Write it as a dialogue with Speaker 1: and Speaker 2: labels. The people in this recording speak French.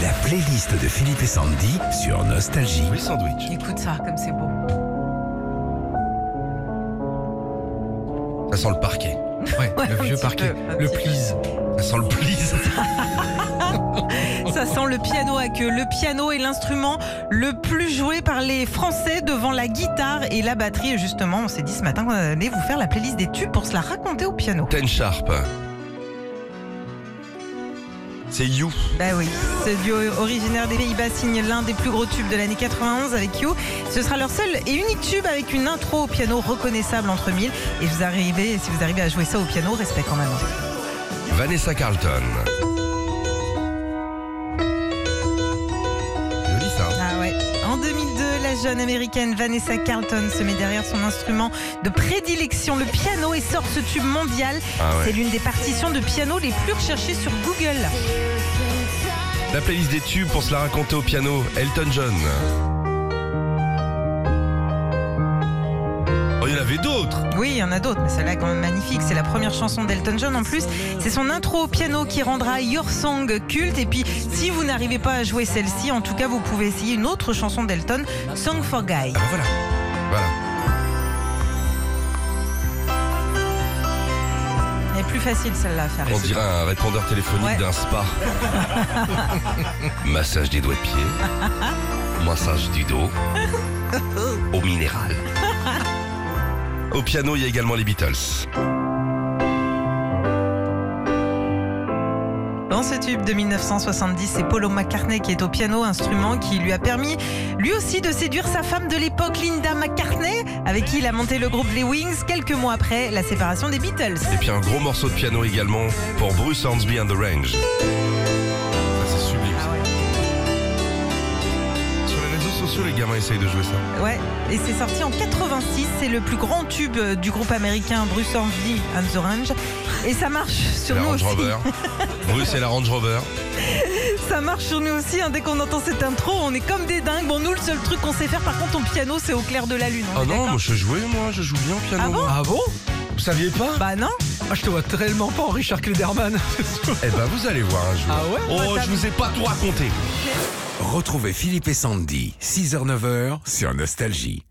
Speaker 1: La playlist de Philippe et Sandy sur Nostalgie.
Speaker 2: Oui, sandwich.
Speaker 3: Écoute ça, comme c'est beau.
Speaker 2: Ça sent le parquet. Ouais, le
Speaker 3: un
Speaker 2: vieux
Speaker 3: petit
Speaker 2: parquet.
Speaker 3: peu, un
Speaker 2: le
Speaker 3: petit peu.
Speaker 2: please. Ça sent le please.
Speaker 3: Ça sent le piano à queue. Le piano est l'instrument le plus joué par les Français devant la guitare et la batterie. Et justement, on s'est dit ce matin, euh, allez vous faire la playlist des tubes pour se la raconter au piano.
Speaker 2: Ten Sharp. C'est You.
Speaker 3: Bah oui, ce duo originaire des Pays-Bas signe l'un des plus gros tubes de l'année 91 avec You. Ce sera leur seul et unique tube avec une intro au piano reconnaissable entre mille. Et vous arrivez, si vous arrivez à jouer ça au piano, respect quand même.
Speaker 2: Vanessa Carlton. Joli ça. hein.
Speaker 3: Ah ouais. En 2002, la jeune américaine Vanessa Carlton se met derrière son instrument de prédilection, le piano, et sort ce tube mondial.
Speaker 2: Ah
Speaker 3: C'est
Speaker 2: ouais.
Speaker 3: l'une des partitions de piano les plus recherchées sur Google.
Speaker 2: hein. La playlist des tubes pour se la raconter au piano. Elton John. Oh, il y en avait d'autres.
Speaker 3: Oui, il y en a d'autres, mais celle-là est quand même magnifique. C'est la première chanson d'Elton John en plus. C'est son intro au piano qui rendra Your Song culte. Et puis, si vous n'arrivez pas à jouer celle-ci, en tout cas, vous pouvez essayer une autre chanson d'Elton, Song for Guy.
Speaker 2: Ah bah voilà. Voilà.
Speaker 3: Elle est plus facile celle-là à faire.
Speaker 2: On dirait un répondeur téléphonique
Speaker 3: Ouais.
Speaker 2: d'un spa. Massage des doigts de pied. Massage du dos. Au minéral. Au piano, il y a également les Beatles.
Speaker 3: Dans ce tube de 1970, c'est Paul McCartney qui est au piano, instrument qui lui a permis lui aussi de séduire sa femme de l'époque, Linda McCartney, avec qui il a monté le groupe Les Wings quelques mois après la séparation des Beatles.
Speaker 2: Et puis un gros morceau de piano également pour Bruce Hornsby and the Range. Ça, c'est
Speaker 3: Ah
Speaker 2: sublime. ça. Sur les réseaux sociaux, les gamins essayent de jouer ça.
Speaker 3: Ouais, et c'est sorti en 86, c'est le plus grand tube euh, du groupe américain Bruce Hornsby and the Range. Et ça marche sur
Speaker 2: la
Speaker 3: nous
Speaker 2: Range
Speaker 3: aussi. Ah,
Speaker 2: Rover. Bruce et la Range Rover.
Speaker 3: Ça marche sur nous aussi, hein. dès qu'on entend cette intro, on est comme des dingues. Bon, nous, le seul truc qu'on sait faire par contre au piano, c'est au clair de la lune. on
Speaker 2: Oh
Speaker 3: est
Speaker 2: non,
Speaker 3: d'accord
Speaker 2: moi je sais jouer, moi, je joue bien au piano.
Speaker 3: Ah bon
Speaker 2: Ah bon Vous saviez pas
Speaker 3: Bah non
Speaker 4: Moi, Ah, je te vois tellement pas en Richard Klederman.
Speaker 2: Eh ben vous allez voir un jour.
Speaker 4: Ah ouais
Speaker 2: Oh, je vous ai pas tout raconté.
Speaker 1: Retrouvez Philippe et Sandy, 6h-9h sur Nostalgie.